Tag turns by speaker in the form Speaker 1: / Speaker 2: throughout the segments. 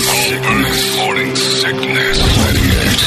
Speaker 1: sickness. Morning sickness.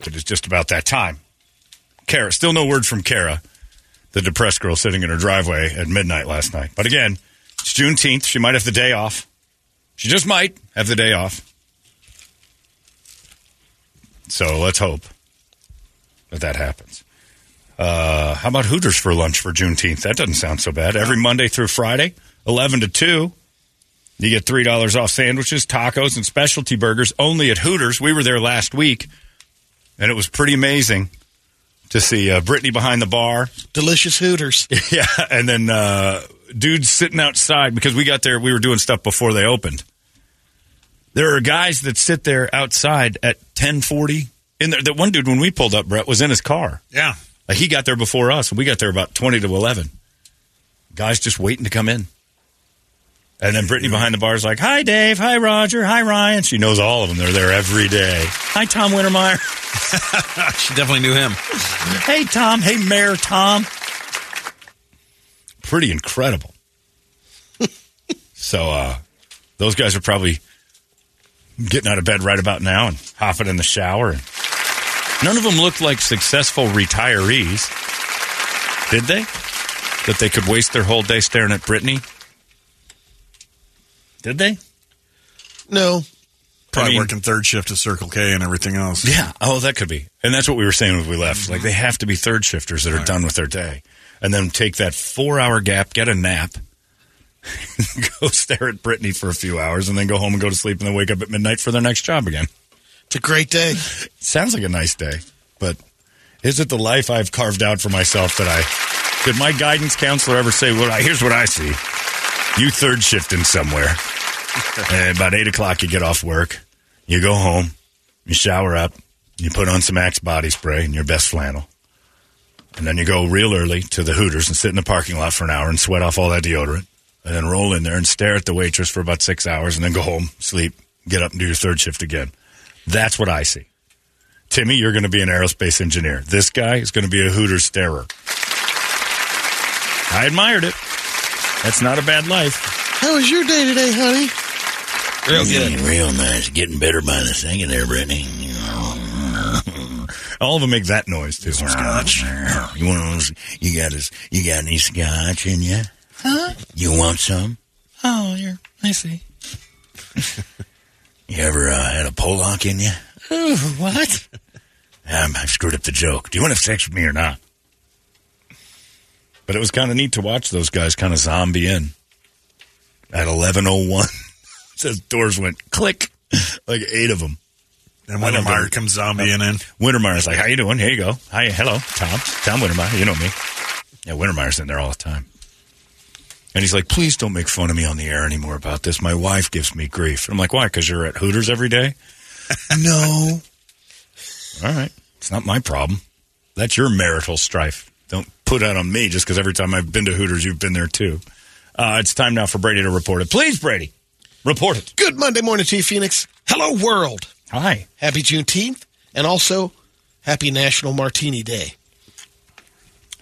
Speaker 2: It is just about that time. Kara, still no word from Kara, the depressed girl sitting in her driveway at midnight last night. But again, it's Juneteenth. She might have the day off. She just might have the day off. So let's hope that that happens. Uh, how about Hooters for lunch for Juneteenth? That doesn't sound so bad. Every Monday through Friday, 11 to 2. You get $3 off sandwiches, tacos, and specialty burgers only at Hooters. We were there last week and it was pretty amazing to see uh, Brittany behind the bar.
Speaker 3: Delicious Hooters.
Speaker 2: yeah, and then uh, dudes sitting outside because we got there. We were doing stuff before they opened. There are guys that sit there outside at ten forty. In there, that one dude when we pulled up, Brett was in his car.
Speaker 3: Yeah.
Speaker 2: Like he got there before us, and we got there about twenty to eleven. Guys just waiting to come in. And then Brittany behind the bar is like, "Hi, Dave. Hi, Roger. Hi, Ryan." She knows all of them. They're there every day. Hi, Tom Wintermeyer.
Speaker 4: she definitely knew him.
Speaker 2: Hey, Tom. Hey, Mayor Tom. Pretty incredible. so, uh, those guys are probably getting out of bed right about now and hopping in the shower. And none of them looked like successful retirees, did they? That they could waste their whole day staring at Brittany? Did they?
Speaker 3: No.
Speaker 4: Probably
Speaker 2: mean-
Speaker 4: working third shift at Circle K and everything else.
Speaker 2: Yeah. Oh, that could be. And that's what we were saying when we left. Like they have to be third shifters that are done with their day, and then take that four hour gap, get a nap, go stare at Brittany for a few hours, and then go home and go to sleep, and then wake up at midnight for their next job again.
Speaker 3: It's a great day.
Speaker 2: Sounds like a nice day, but is it the life I've carved out for myself that I? Did my guidance counselor ever say, "Well, I, here's what I see: you third shifting somewhere. and about eight o'clock, you get off work, you go home, you shower up, you put on some Axe body spray and your best flannel, and then you go real early to the Hooters and sit in the parking lot for an hour and sweat off all that deodorant, and then roll in there and stare at the waitress for about six hours, and then go home, sleep, get up and do your third shift again. That's what I see." Timmy, you're going to be an aerospace engineer. This guy is going to be a Hooter starer. I admired it. That's not a bad life.
Speaker 3: How was your day today, honey?
Speaker 4: Real good.
Speaker 2: Real nice. Getting better by the second there, Brittany. All of them make that noise too. Scotch. You want those? You got this? You got any scotch in you? Huh? You want some?
Speaker 3: Oh, you're. I see.
Speaker 2: You ever uh, had a Pollock in you?
Speaker 3: Ooh, what?
Speaker 2: Um, I've screwed up the joke. Do you want to have sex with me or not? But it was kind of neat to watch those guys kind of zombie in at eleven oh one. Says doors went click, like eight of them.
Speaker 4: And
Speaker 2: I love
Speaker 4: Wintermeyer
Speaker 2: it.
Speaker 4: comes zombieing in.
Speaker 2: Wintermeyer's like, "How you doing? Here you go. Hi, hello, Tom. Tom Wintermeyer. You know me. Yeah, Wintermeyer's in there all the time." And he's like, "Please don't make fun of me on the air anymore about this. My wife gives me grief." I'm like, "Why? Because you're at Hooters every day?" no. All right, it's not my problem. That's your marital strife. Don't put that on me just because every time I've been to Hooters, you've been there too. Uh, it's time now for Brady to report it. Please, Brady, report it.
Speaker 3: Good Monday morning to you, Phoenix. Hello, world.
Speaker 2: Hi.
Speaker 3: Happy Juneteenth, and also happy National Martini Day.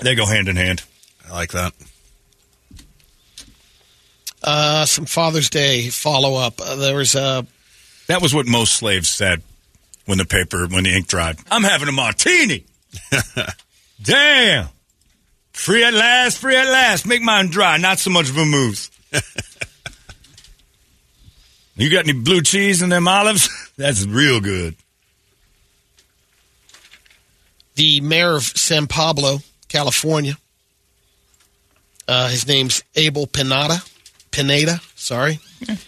Speaker 2: They go hand in hand.
Speaker 4: I like that.
Speaker 3: Uh, some Father's Day follow up. Uh, there was a
Speaker 2: That was what most slaves said when the paper, when the ink dried. I'm having a martini. Damn. Free at last, free at last. Make mine dry, not so much vermouth. you got any blue cheese in them olives? That's real good.
Speaker 3: the mayor of San Pablo, California. Uh, his name's Abel Pineda. Pineda, sorry.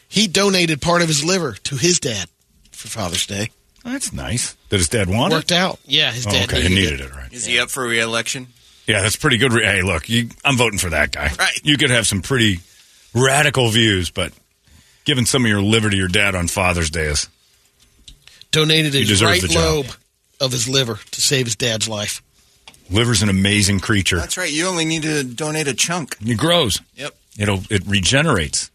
Speaker 3: He donated part of his liver to his dad for Father's Day.
Speaker 2: That's nice. Did his dad want
Speaker 3: Worked
Speaker 2: it?
Speaker 3: out. Yeah, his
Speaker 2: Oh,
Speaker 3: dad
Speaker 2: okay, he
Speaker 3: needed
Speaker 2: needed it, right?
Speaker 5: uh, Is he up for reelection?
Speaker 2: Yeah, that's pretty good. Re- hey, look, you, I'm voting for that guy.
Speaker 5: Right.
Speaker 2: You could have some pretty radical views, but Giving some of your liver to your dad on Father's Day is
Speaker 3: Donated his
Speaker 2: deserve
Speaker 3: right
Speaker 2: the job.
Speaker 3: lobe of his liver to save his dad's life.
Speaker 2: liver's an amazing creature.
Speaker 5: That's right. You only need to donate a chunk.
Speaker 2: it grows.
Speaker 5: Yep.
Speaker 2: It'll it regenerates.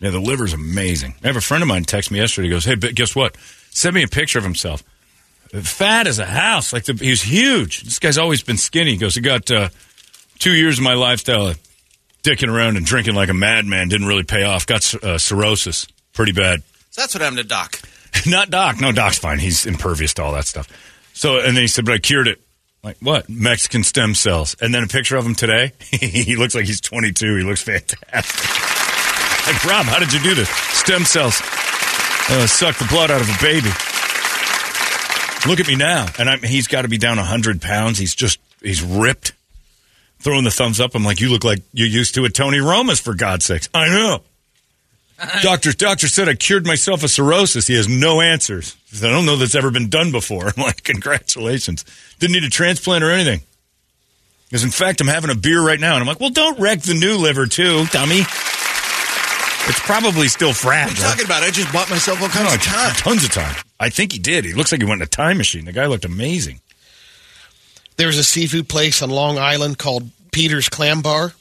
Speaker 2: Yeah, the liver's amazing. I have a friend of mine text me yesterday. He goes, "Hey, but guess what? Send me a picture of himself. Fat as a house. Like the, he was huge. This guy's always been skinny. He goes, I got uh, two years of my lifestyle of dicking around and drinking like a madman. Didn't really pay off. Got uh, cirrhosis, pretty bad.
Speaker 5: So that's what happened to Doc.
Speaker 2: Not Doc. No, Doc's fine. He's impervious to all that stuff. So, and then he said, but I cured it. Like, what? Mexican stem cells. And then a picture of him today. he looks like he's 22. He looks fantastic. like, Rob, how did you do this? Stem cells uh, suck the blood out of a baby. Look at me now. And I'm, he's got to be down 100 pounds. He's just, he's ripped. Throwing the thumbs up. I'm like, you look like you used to at Tony Roma's, for God's sakes. I know. Doctor, doctor said I cured myself of cirrhosis. He has no answers. He said, I don't know that's ever been done before. I'm like, congratulations. Didn't need a transplant or anything. Because in fact, I'm having a beer right now, and I'm like, well, don't wreck the new liver too, dummy. It's probably still
Speaker 5: What are
Speaker 2: fragile.
Speaker 5: you talking about? I just bought myself all kinds
Speaker 2: Oh,
Speaker 5: of time.
Speaker 2: Tons of time. I think he did. He looks like he went in a time machine. The guy looked amazing.
Speaker 3: There's a seafood place on Long Island called Peter's Clam Bar,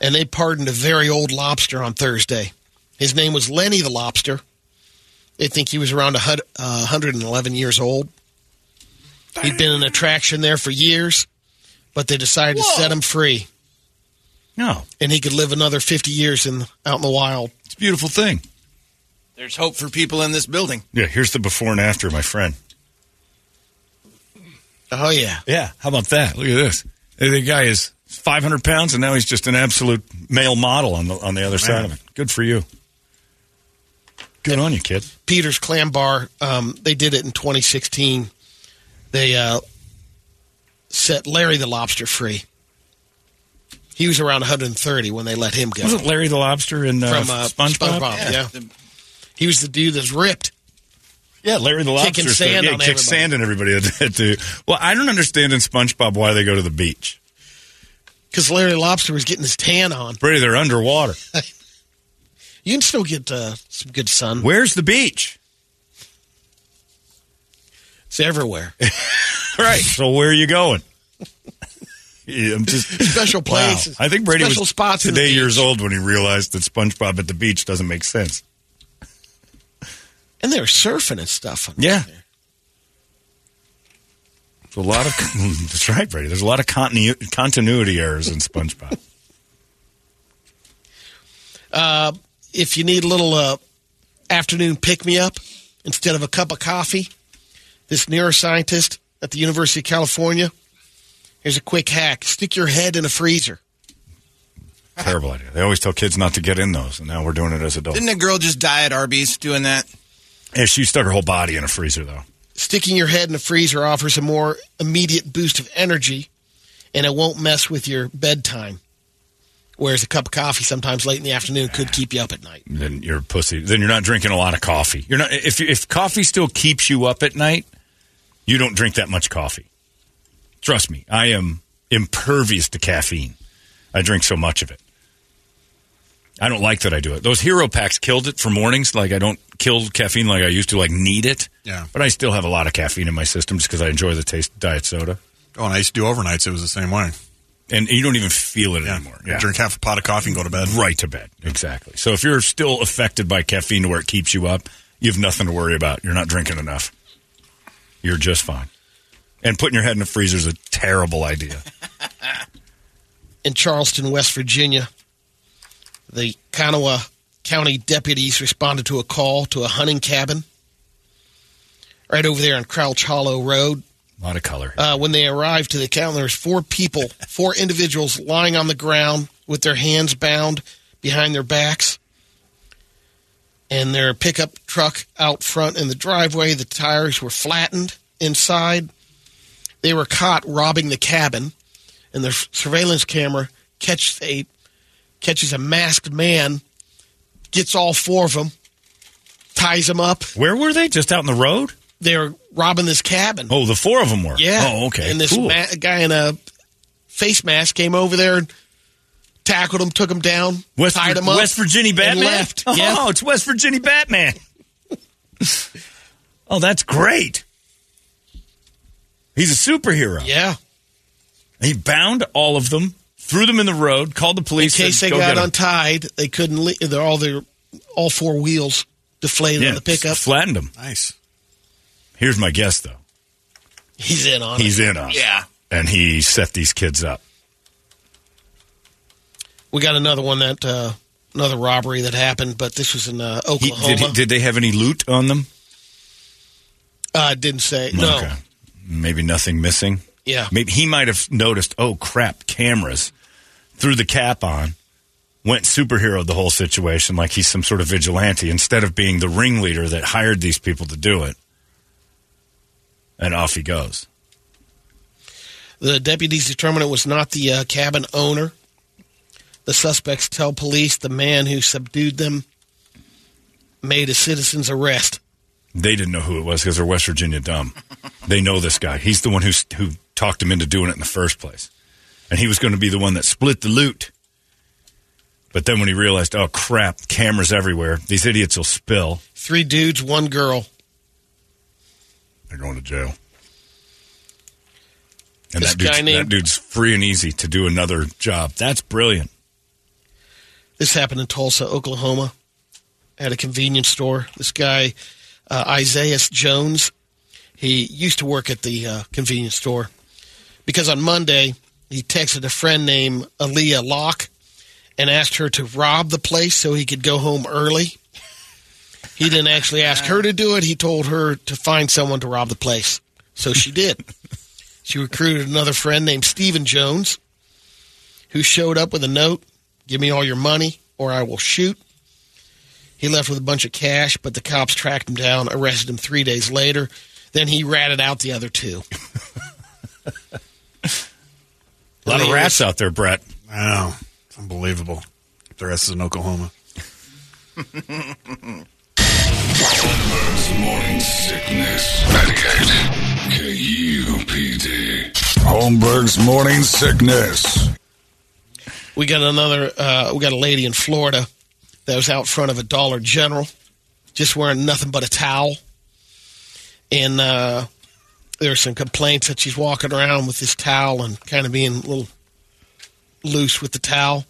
Speaker 3: and they pardoned a very old lobster on Thursday. His name was Lenny the Lobster. They think he was around a hun- uh, 111 years old. He'd been an attraction there for years, but they decided to set him free,
Speaker 2: No,
Speaker 3: and he could live another 50 years in out in the wild.
Speaker 2: it's a beautiful thing.
Speaker 5: There's hope for people in this building.
Speaker 2: Yeah, here's the before and after, my friend.
Speaker 3: Oh yeah,
Speaker 2: Yeah, how about that? Look at this. The guy is 500 pounds, and now he's just an absolute male model on the on the other side of it. Good for you. Good on you, kid.
Speaker 3: Peter's Clam Bar. Um, they did it in 2016. They uh, set Larry the Lobster free. He was around 130 when they let him go
Speaker 2: Wasn't Larry the Lobster in uh,
Speaker 3: from uh,
Speaker 2: SpongeBob?
Speaker 3: Yeah. he was the dude that's ripped.
Speaker 2: Yeah, Larry the Lobster.
Speaker 3: Kicking
Speaker 2: stood-
Speaker 3: sand
Speaker 2: yeah,
Speaker 3: on
Speaker 2: kicked
Speaker 3: everybody.
Speaker 2: sand on everybody. at the- well, I don't understand in SpongeBob why they go to the beach.
Speaker 3: Because Larry the Lobster was getting his tan on.
Speaker 2: Brady, they're underwater.
Speaker 3: You can still get uh, some good sun.
Speaker 2: Where's the beach?
Speaker 3: It's everywhere.
Speaker 2: Right. So where are you going? Yeah, I'm just
Speaker 3: Special
Speaker 2: wow.
Speaker 3: places.
Speaker 2: I think Brady
Speaker 3: Special
Speaker 2: was
Speaker 3: spots in the
Speaker 2: today
Speaker 3: beach.
Speaker 2: years old when he realized that SpongeBob at the beach doesn't make sense.
Speaker 3: And they were surfing and stuff.
Speaker 2: Yeah. There's a lot of that's right, Brady. There's a lot of continu- continuity errors in SpongeBob.
Speaker 3: If you need a little uh, afternoon pick me up instead of a cup of coffee, this neuroscientist at the University of California, here's a quick hack stick your head in a freezer.
Speaker 2: Terrible idea. They always tell kids not to get in those, and now we're doing it as adults.
Speaker 5: Didn't a girl just die at Arby's doing that?
Speaker 2: Yeah, she stuck her whole body in a freezer, though.
Speaker 3: Sticking your head in a freezer offers a more immediate boost of energy and it won't mess with your bedtime. Whereas a cup of coffee sometimes late in the afternoon could keep you up at night.
Speaker 2: Then you're a pussy. Then you're not drinking a lot of coffee. You're not if if coffee still keeps you up at night, you don't drink that much coffee. Trust me, I am impervious to caffeine. I drink so much of it. I don't like that I do it. Those hero packs killed it for mornings. Like I don't kill caffeine like I used to. Like need it.
Speaker 4: Yeah.
Speaker 2: But I still have a lot of caffeine in my system just because I enjoy the taste of diet soda.
Speaker 4: Oh, and I used to do overnights. It was the same way.
Speaker 2: And you don't even feel it
Speaker 4: Yeah.
Speaker 2: anymore.
Speaker 4: I'd Drink half a pot of coffee and go to bed.
Speaker 2: right to bed. Exactly. So if you're still affected by caffeine to where it keeps you up, you have nothing to worry about. You're not drinking enough. You're just fine. And putting your head in the freezer is a terrible idea.
Speaker 3: in Charleston, West Virginia. The Kanawha County deputies responded to a call to a hunting cabin right over there on Crouch Hollow Road.
Speaker 2: A lot of color.
Speaker 3: Uh, when they arrived to the cabin, there was four people, four individuals lying on the ground with their hands bound behind their backs. And their pickup truck out front in the driveway, the tires were flattened inside. They were caught robbing the cabin, and their surveillance camera catches a catches a masked man, gets all four of them, ties them up.
Speaker 2: Where were they? Just out in the road?
Speaker 3: They're robbing this cabin.
Speaker 2: Oh, the four of them were.
Speaker 3: Yeah.
Speaker 2: Oh, okay.
Speaker 3: And this
Speaker 2: cool.
Speaker 3: ma- guy in a face mask came over there and tackled him, took him down,
Speaker 2: West,
Speaker 3: tied him up.
Speaker 2: West Virginia Batman.
Speaker 3: And left.
Speaker 2: Oh,
Speaker 3: Yeah.
Speaker 2: it's West Virginia Batman. oh, that's great. He's a superhero.
Speaker 3: Yeah.
Speaker 2: He bound all of them, threw them in the road, called the
Speaker 3: In
Speaker 2: police.
Speaker 3: case
Speaker 2: said,
Speaker 3: they
Speaker 2: "Go
Speaker 3: got
Speaker 2: get 'em."
Speaker 3: untied, they couldn't. Le- they're all their all four wheels deflated
Speaker 2: yeah,
Speaker 3: on the pickup.
Speaker 2: flattened them.
Speaker 4: Nice.
Speaker 2: Here's my guess, though.
Speaker 3: He's in on it.
Speaker 2: He's in on it.
Speaker 5: Yeah.
Speaker 2: and he set these kids up.
Speaker 3: We got another one that uh, another robbery that happened, but this was in uh,
Speaker 2: He,
Speaker 3: Oklahoma.
Speaker 2: did, he, did they have any loot on them?
Speaker 3: uh, didn't say no.
Speaker 2: Okay. Maybe nothing missing.
Speaker 3: Yeah.
Speaker 2: Maybe he might have noticed, oh crap, cameras, threw the cap on, went superhero the whole situation like he's some sort of vigilante instead of being the ringleader that hired these people to do it. And off he goes.
Speaker 3: The deputies determined it was not the uh, cabin owner. The suspects tell police the man who subdued them made a citizen's arrest.
Speaker 2: They didn't know who it was because they're West Virginia dumb. they know this guy. He's the one who, who talked him into doing it in the first place. And he was going to be the one that split the loot. But then when he realized, oh crap, cameras everywhere, these idiots will spill.
Speaker 3: Three dudes, one girl.
Speaker 2: They're going to jail. And
Speaker 3: This
Speaker 2: that dude's,
Speaker 3: guy named-
Speaker 2: that dude's free and easy to do another job. That's brilliant.
Speaker 3: This happened in Tulsa, Oklahoma, at a convenience store. This guy, uh, Isaiah Jones, he used to work at the uh, convenience store because on Monday he texted a friend named Aaliyah Locke and asked her to rob the place so he could go home early. He didn't actually ask her to do it. He told her to find someone to rob the place. So she did. She recruited another friend named Stephen Jones who showed up with a note Give me all your money or I will shoot. He left with a bunch of cash, but the cops tracked him down, arrested him three days later. Then he ratted out the other two.
Speaker 2: A lot of
Speaker 3: Lee
Speaker 2: rats out there, Brett.
Speaker 4: I know. It's unbelievable. The rest is in Oklahoma.
Speaker 1: Holmberg's morning sickness. Medicaid. KUPD. Holmberg's morning sickness.
Speaker 3: We got another. Uh, we got a lady in Florida that was out front of a Dollar General, just wearing nothing but a towel, and uh, there were some complaints that she's walking around with this towel and kind of being a little loose with the towel.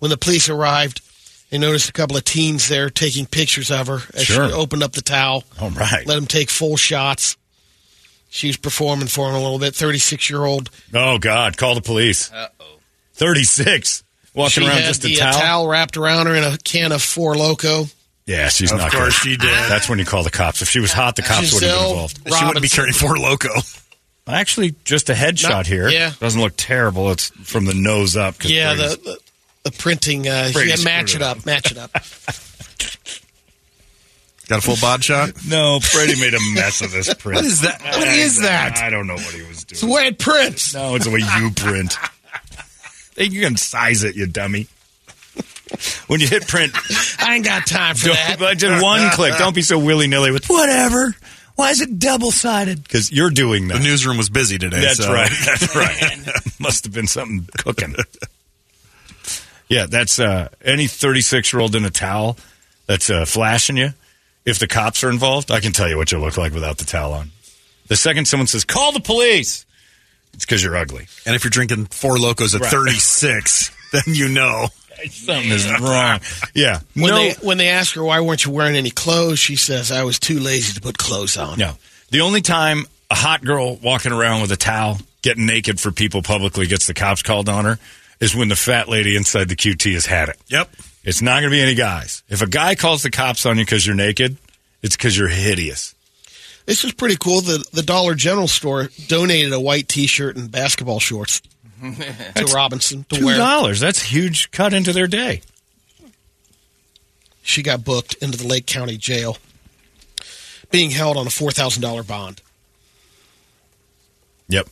Speaker 3: When the police arrived, they noticed a couple of teens there taking pictures of her as
Speaker 2: Sure.
Speaker 3: she opened up the towel.
Speaker 2: All right.
Speaker 3: Let them take full shots. She was performing for him a little bit. Thirty-six-year-old
Speaker 2: oh, God. Call the police. Uh-oh. 36. Walking
Speaker 3: she
Speaker 2: around
Speaker 3: had
Speaker 2: just
Speaker 3: the,
Speaker 2: a
Speaker 3: uh,
Speaker 2: towel.
Speaker 3: towel wrapped around her in a can of Four Loco.
Speaker 2: Yeah, she's
Speaker 4: Of
Speaker 2: not
Speaker 4: course
Speaker 2: gonna-
Speaker 4: she did.
Speaker 2: That's when you call the cops. If she was hot, the cops would have been
Speaker 3: Giselle
Speaker 2: involved.
Speaker 4: She wouldn't be
Speaker 3: Robinson.
Speaker 4: carrying four loco.
Speaker 2: Actually, just a headshot
Speaker 3: Not-
Speaker 2: here.
Speaker 3: yeah.
Speaker 2: Doesn't look terrible. It's from the nose up. 'cause
Speaker 3: Yeah,
Speaker 2: Brady's-
Speaker 3: the, the the printing. Uh,
Speaker 2: Brady
Speaker 3: yeah, match it
Speaker 2: screwed it
Speaker 3: up. Match it up.
Speaker 4: Got a full bod shot?
Speaker 2: No, Brady made a mess of this print.
Speaker 4: What is that? What
Speaker 2: I-
Speaker 4: is that?
Speaker 2: I don't know what he was doing.
Speaker 3: the way it prints.
Speaker 2: No, it's the way you print. you can size it, you dummy. When you hit print,
Speaker 3: I ain't got time for
Speaker 2: don't,
Speaker 3: that.
Speaker 2: but just one click. Don't be so willy nilly with whatever. Why is it double sided? Because you're doing
Speaker 4: The
Speaker 2: that.
Speaker 4: newsroom was busy today.
Speaker 2: That's
Speaker 4: so-
Speaker 2: right. That's right. Must have been something cooking. yeah, that's uh, any 36 year old in a towel that's uh, flashing you. If the cops are involved, I can tell you what you look like without the towel on. The second someone says, call the police, it's because you're ugly.
Speaker 4: And if you're drinking four locos at 36, then you know.
Speaker 2: Something is wrong. Yeah.
Speaker 3: When
Speaker 2: no.
Speaker 3: they when they ask her why weren't you wearing any clothes, she says I was too lazy to put clothes on.
Speaker 2: no. The only time a hot girl walking around with a towel, getting naked for people publicly, gets the cops called on her is when the fat lady inside the QT has had it.
Speaker 4: Yep.
Speaker 2: It's not going to be any guys. If a guy calls the cops on you because you're naked, it's because you're hideous.
Speaker 3: This was pretty cool. The the Dollar General store donated a white T-shirt and basketball shorts to Robinson to
Speaker 2: Two
Speaker 3: wear.
Speaker 2: dollars. That's a huge cut into their day.
Speaker 3: She got booked into the Lake County Jail, being held on a four thousand dollar bond.
Speaker 2: Yep.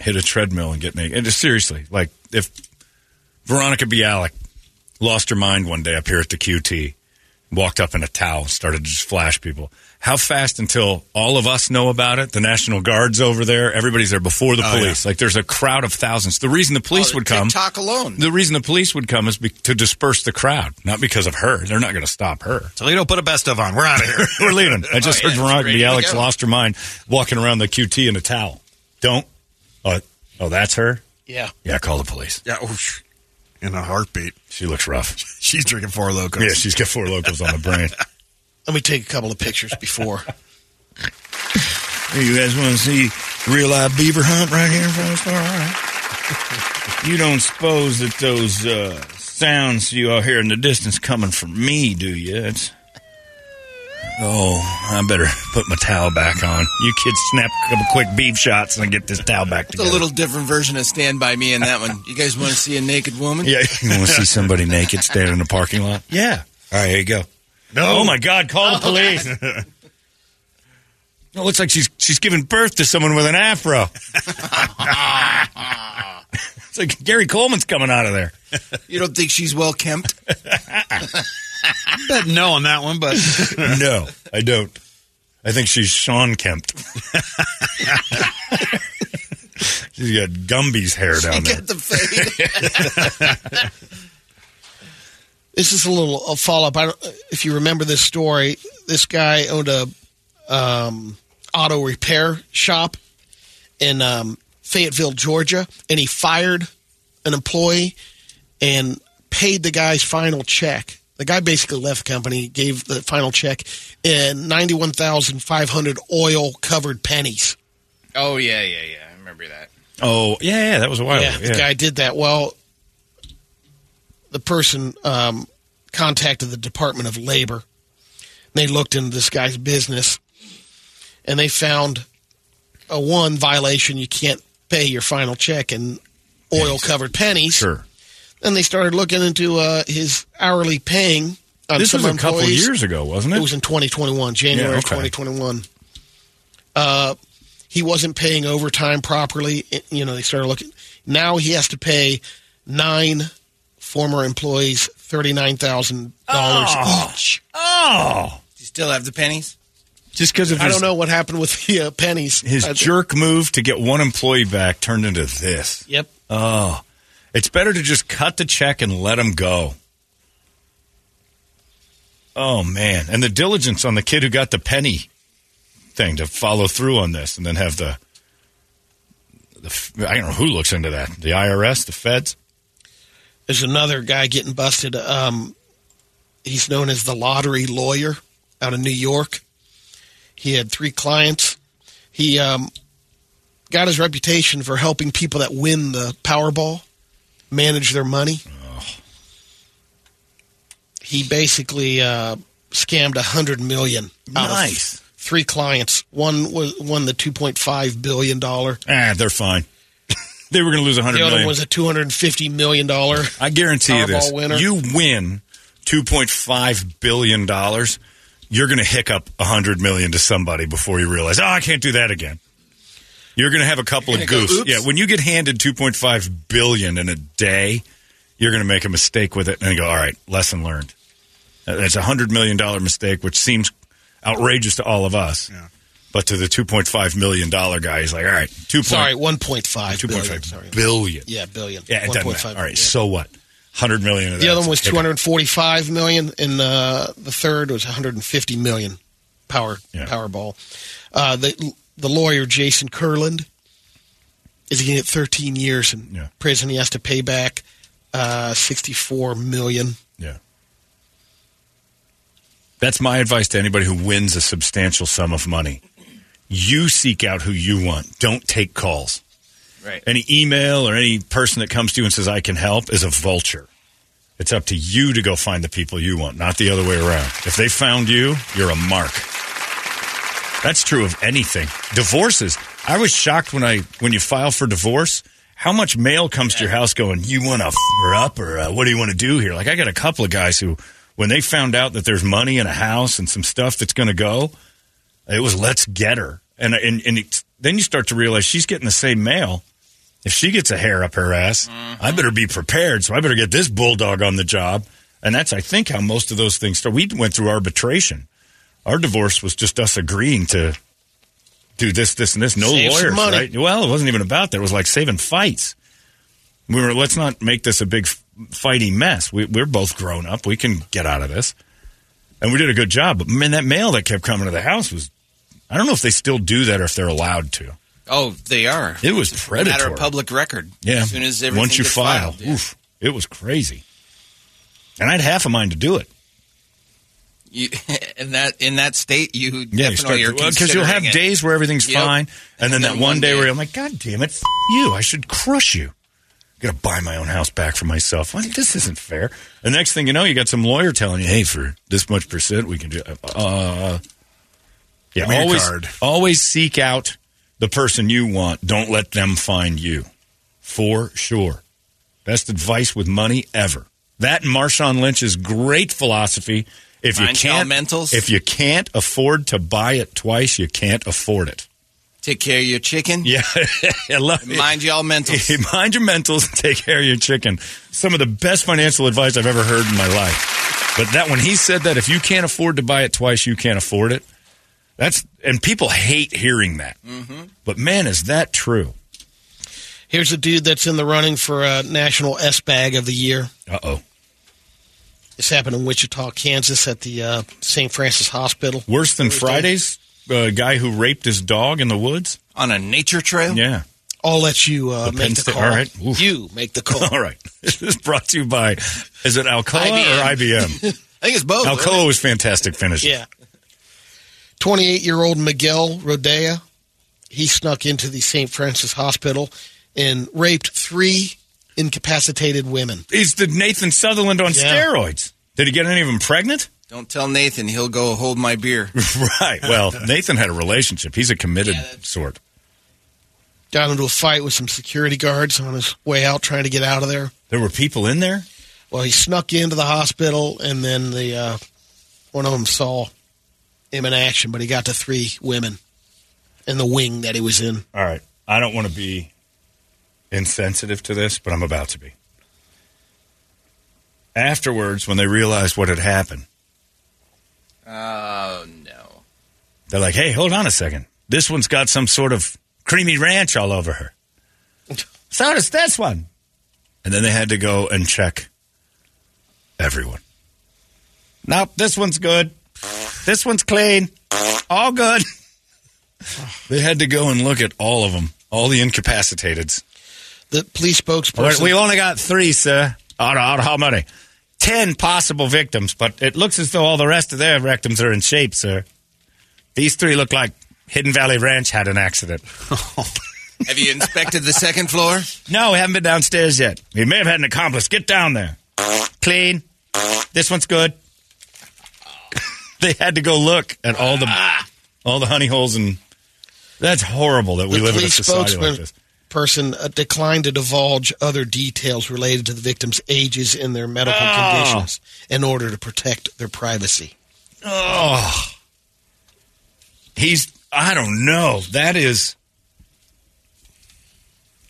Speaker 2: Hit a treadmill and get naked. And just seriously, like if Veronica Bialik lost her mind one day up here at the QT, walked up in a towel, started to just flash people. How fast until all of us know about it? The National Guard's over there. Everybody's there before the
Speaker 4: Oh,
Speaker 2: police.
Speaker 4: yeah.
Speaker 2: Like there's a crowd of thousands. The reason the police
Speaker 5: Oh,
Speaker 2: would come,
Speaker 5: TikTok alone.
Speaker 2: the reason the police would come is be- to disperse the crowd, not because of her. They're not going to stop her.
Speaker 4: Toledo, put a best of on. We're out of here.
Speaker 2: We're leaving. I just heard
Speaker 5: Oh, yeah, it's
Speaker 2: Veronica
Speaker 5: ready to
Speaker 2: Alex
Speaker 5: go.
Speaker 2: lost her mind walking around the QT in a towel. Don't. Oh, oh, that's her.
Speaker 3: Yeah.
Speaker 2: Yeah, call the police.
Speaker 4: yeah, oh, sh- in a heartbeat.
Speaker 2: She looks rough.
Speaker 4: She's drinking four locos.
Speaker 2: Yeah, she's got four locals on the brain.
Speaker 3: Let me take a couple of pictures before.
Speaker 2: Hey, you guys want to see real live beaver hunt right here in front of us? All right. You don't suppose that those uh, sounds you all hear in the distance coming from me, do you? It's oh, I better put my towel back on. You kids snap a couple quick beef shots and I get this towel back
Speaker 5: It's a
Speaker 2: together.
Speaker 5: little different version of Stand By Me in that one. You guys want to see a naked woman?
Speaker 2: yeah. You want to see somebody naked standing in a parking lot? Yeah. All right, here you go.
Speaker 4: No.
Speaker 2: Oh my God! Call the police. it looks like she's she's giving birth to someone with an afro. it's like Gary Coleman's coming out of there.
Speaker 5: You don't think she's well kempt?
Speaker 4: bet no on that one, but
Speaker 2: No, I don't. I think she's Sean Kemp. she's got Gumby's hair down there.
Speaker 5: Get the fade.
Speaker 3: This is a little a follow up. I don't, if you remember this story, this guy owned a um, auto repair shop in um, Fayetteville, Georgia, and he fired an employee and paid the guy's final check. The guy basically left the company, gave the final check in ninety one thousand five hundred oil covered pennies.
Speaker 5: Oh, yeah, yeah, yeah. I remember that.
Speaker 2: Oh, yeah, yeah, that was a while
Speaker 3: yeah,
Speaker 2: ago.
Speaker 3: the guy did that. Well, the person um, contacted the Department of Labor. They looked into this guy's business, and they found a one violation: you can't pay your final check in oil-covered pennies.
Speaker 2: Sure.
Speaker 3: Then they started looking into uh, his hourly paying. On
Speaker 2: This
Speaker 3: some
Speaker 2: was a couple
Speaker 3: employees.
Speaker 2: years ago, wasn't it?
Speaker 3: It was in 2021, January
Speaker 2: Yeah, okay.
Speaker 3: 2021. Uh, he wasn't paying overtime properly. It- you know, they started looking. Now he has to pay nine former employees thirty-nine thousand dollars each.
Speaker 2: oh,
Speaker 5: Do you still have the pennies?
Speaker 2: just because of
Speaker 3: I
Speaker 2: his,
Speaker 3: don't know what happened with the uh, pennies.
Speaker 2: his
Speaker 3: I-
Speaker 2: jerk move to get one employee back turned into this.
Speaker 3: Yep.
Speaker 2: Oh, it's better to just cut the check and let him go. Oh man, and the diligence on the kid who got the penny thing to follow through on this, and then have the the f- I don't know who looks into that, the IRS, the feds.
Speaker 3: There's another guy getting busted. Um, he's known as the lottery lawyer out of New York. He had three clients. He um, got his reputation for helping people that win the Powerball manage their money. He basically uh, scammed a hundred million. Out
Speaker 2: Nice.
Speaker 3: Of three clients. One was won the two point five billion dollar.
Speaker 2: Ah, they're fine. they were going to lose a hundred
Speaker 3: The
Speaker 2: million.
Speaker 3: other was a two hundred and fifty million dollar.
Speaker 2: I guarantee you
Speaker 3: Powerball
Speaker 2: this:
Speaker 3: winner.
Speaker 2: you win two point five billion dollars, you're going to hiccup a hundred million to somebody before you realize, oh, I can't do that again. You're going to have a couple of
Speaker 5: You're gonna
Speaker 2: goofs.
Speaker 5: go, "Oops."
Speaker 2: yeah, when you get handed two point five billion in a day, you're going to make a mistake with it and go, all right, lesson learned. Uh, That's a hundred million dollar mistake, which seems outrageous to all of us. But to the two point five million dollar guy, he's like, all right, two point
Speaker 3: Sorry, one point five.
Speaker 2: two point five
Speaker 3: Sorry.
Speaker 2: billion.
Speaker 3: Yeah, billion.
Speaker 2: Yeah, it doesn't matter.
Speaker 3: 1.5
Speaker 2: All right,
Speaker 3: billion.
Speaker 2: so what? Hundred million. Of
Speaker 3: the
Speaker 2: that.
Speaker 3: other one was
Speaker 2: Okay.
Speaker 3: 245 million, and uh, the third was 150 million. Power
Speaker 2: Yeah.
Speaker 3: Powerball. Uh, the the lawyer Jason Kurland is going to get 13 years in
Speaker 2: Yeah.
Speaker 3: prison. He has to pay back uh, 64 million.
Speaker 2: Yeah. That's my advice to anybody who wins a substantial sum of money. You seek out who you want. Don't take calls.
Speaker 5: Right.
Speaker 2: Any email or any person that comes to you and says I can help is a vulture. It's up to you to go find the people you want, not the other way around. If they found you, you're a mark. That's true of anything. Divorces. I was shocked when I when you file for divorce, how much mail comes to your house going, "You want to f her up or uh, what do you want to do here?" Like I got a couple of guys who when they found out that there's money in a house and some stuff that's going to go, it was let's get her. And and and it's then you start to realize she's getting the same mail.
Speaker 3: Mm-hmm.
Speaker 2: If she gets a hair up her ass, I better be prepared. So I better get this bulldog on the job. And that's, I think, how most of those things start. We went through arbitration. Our divorce was just us agreeing to do this, this, and this. No
Speaker 3: Save some
Speaker 2: lawyers,
Speaker 3: money.
Speaker 2: right? Well, it wasn't even about that. It was like saving fights. We were, let's not make this a big f- fighty mess. We, we're both grown up. We can get out of this. And we did a good job. But man, that mail that kept coming to the house was, I don't know if they still do that or if they're allowed to.
Speaker 5: Oh, they are.
Speaker 2: It was
Speaker 5: It's A matter
Speaker 2: predatory.
Speaker 5: of public record.
Speaker 2: Yeah.
Speaker 5: As soon as everything
Speaker 2: once you
Speaker 5: gets
Speaker 2: file,
Speaker 5: filed, yeah.
Speaker 2: oof, it was crazy. And I had half a mind to do it.
Speaker 5: You, in that in that state, you
Speaker 2: Yeah,
Speaker 5: definitely
Speaker 2: you
Speaker 5: are
Speaker 2: start because you'll have
Speaker 5: considering it.
Speaker 2: days where everything's
Speaker 5: Yep.
Speaker 2: fine, and, then, that one day,
Speaker 5: day-
Speaker 2: where I'm like, God damn it, f- you! I should crush you. I gotta buy my own house back for myself. Well, this isn't fair. The next thing you know, you got some lawyer telling you, Hey, for this much percent, we can do. Uh, yeah,
Speaker 4: Give me your
Speaker 2: always,
Speaker 4: card.
Speaker 2: always seek out the person you want. Don't let them find you, for sure. Best advice with money ever. That and Marshawn Lynch's great philosophy. If you
Speaker 5: Mind y'all
Speaker 2: can't,
Speaker 5: mentals?
Speaker 2: if you can't afford to buy it twice, you can't afford it.
Speaker 5: Take care of your chicken.
Speaker 2: Yeah, I love it.
Speaker 5: Mind y'all mental.
Speaker 2: Mind your mentals and take care of your chicken. Some of the best financial advice I've ever heard in my life. But that when he said that, if you can't afford to buy it twice, you can't afford it. That's and people hate hearing that.
Speaker 5: Mm-hmm.
Speaker 2: But man, is that true?
Speaker 3: Here's a dude that's in the running for uh, National S Bag of the Year.
Speaker 2: Uh oh.
Speaker 3: This happened in Wichita, Kansas at the uh, St. Francis Hospital.
Speaker 2: Worse than
Speaker 3: Thursday.
Speaker 2: Friday's uh, guy who raped his dog in the woods.
Speaker 5: On a nature trail?
Speaker 2: Yeah.
Speaker 3: I'll let you uh,
Speaker 2: The Penn
Speaker 3: make the
Speaker 2: State-
Speaker 3: call.
Speaker 2: all right. Oof.
Speaker 3: You make the call.
Speaker 2: All right. This is brought to you by is it Alcoa or IBM?
Speaker 5: I think it's both.
Speaker 2: Alcoa was fantastic finishing.
Speaker 3: Yeah. 28 year old Miguel Rodea, he snuck into the St. Francis Hospital and raped three incapacitated women.
Speaker 2: He's the Nathan Sutherland on
Speaker 3: Yeah.
Speaker 2: steroids. Did he get any of them pregnant?
Speaker 5: Don't tell Nathan. He'll go hold my beer.
Speaker 2: right. Well, Nathan had a relationship. He's a committed
Speaker 5: Yeah, that's-
Speaker 2: sort.
Speaker 3: Got into a fight with some security guards on his way out trying to get out of there.
Speaker 2: There were people in there.
Speaker 3: Well, he snuck into the hospital, and then the uh, one of them saw him in action, but he got to three women in the wing that he was in.
Speaker 2: All right. I don't want to be insensitive to this, but I'm about to be. Afterwards, when they realized what had happened,
Speaker 5: Oh, no.
Speaker 2: they're like, "Hey, hold on a second. This one's got some sort of creamy ranch all over her." So does this one. And then they had to go and check everyone. Nope, this one's good. This one's clean. All good. they had to go and look at all of them, all the incapacitatives.
Speaker 3: The police spokesperson.
Speaker 2: We only got three, sir. Out of, out of how many? Ten possible victims, but it looks as though all the rest of their rectums are in shape, sir. These three look like Hidden Valley Ranch had an accident.
Speaker 5: Have you inspected the second floor?
Speaker 2: No, we haven't been downstairs yet. We may have had an accomplice. Get down there. Clean. This one's good. they had to go look at all the all the honey holes and that's horrible that we
Speaker 3: the
Speaker 2: live in a
Speaker 3: police
Speaker 2: society like this.
Speaker 3: spokesperson uh, declined to divulge other details related to the victims' ages and their medical conditions in order to protect their privacy.
Speaker 2: Oh. He's I don't know. That is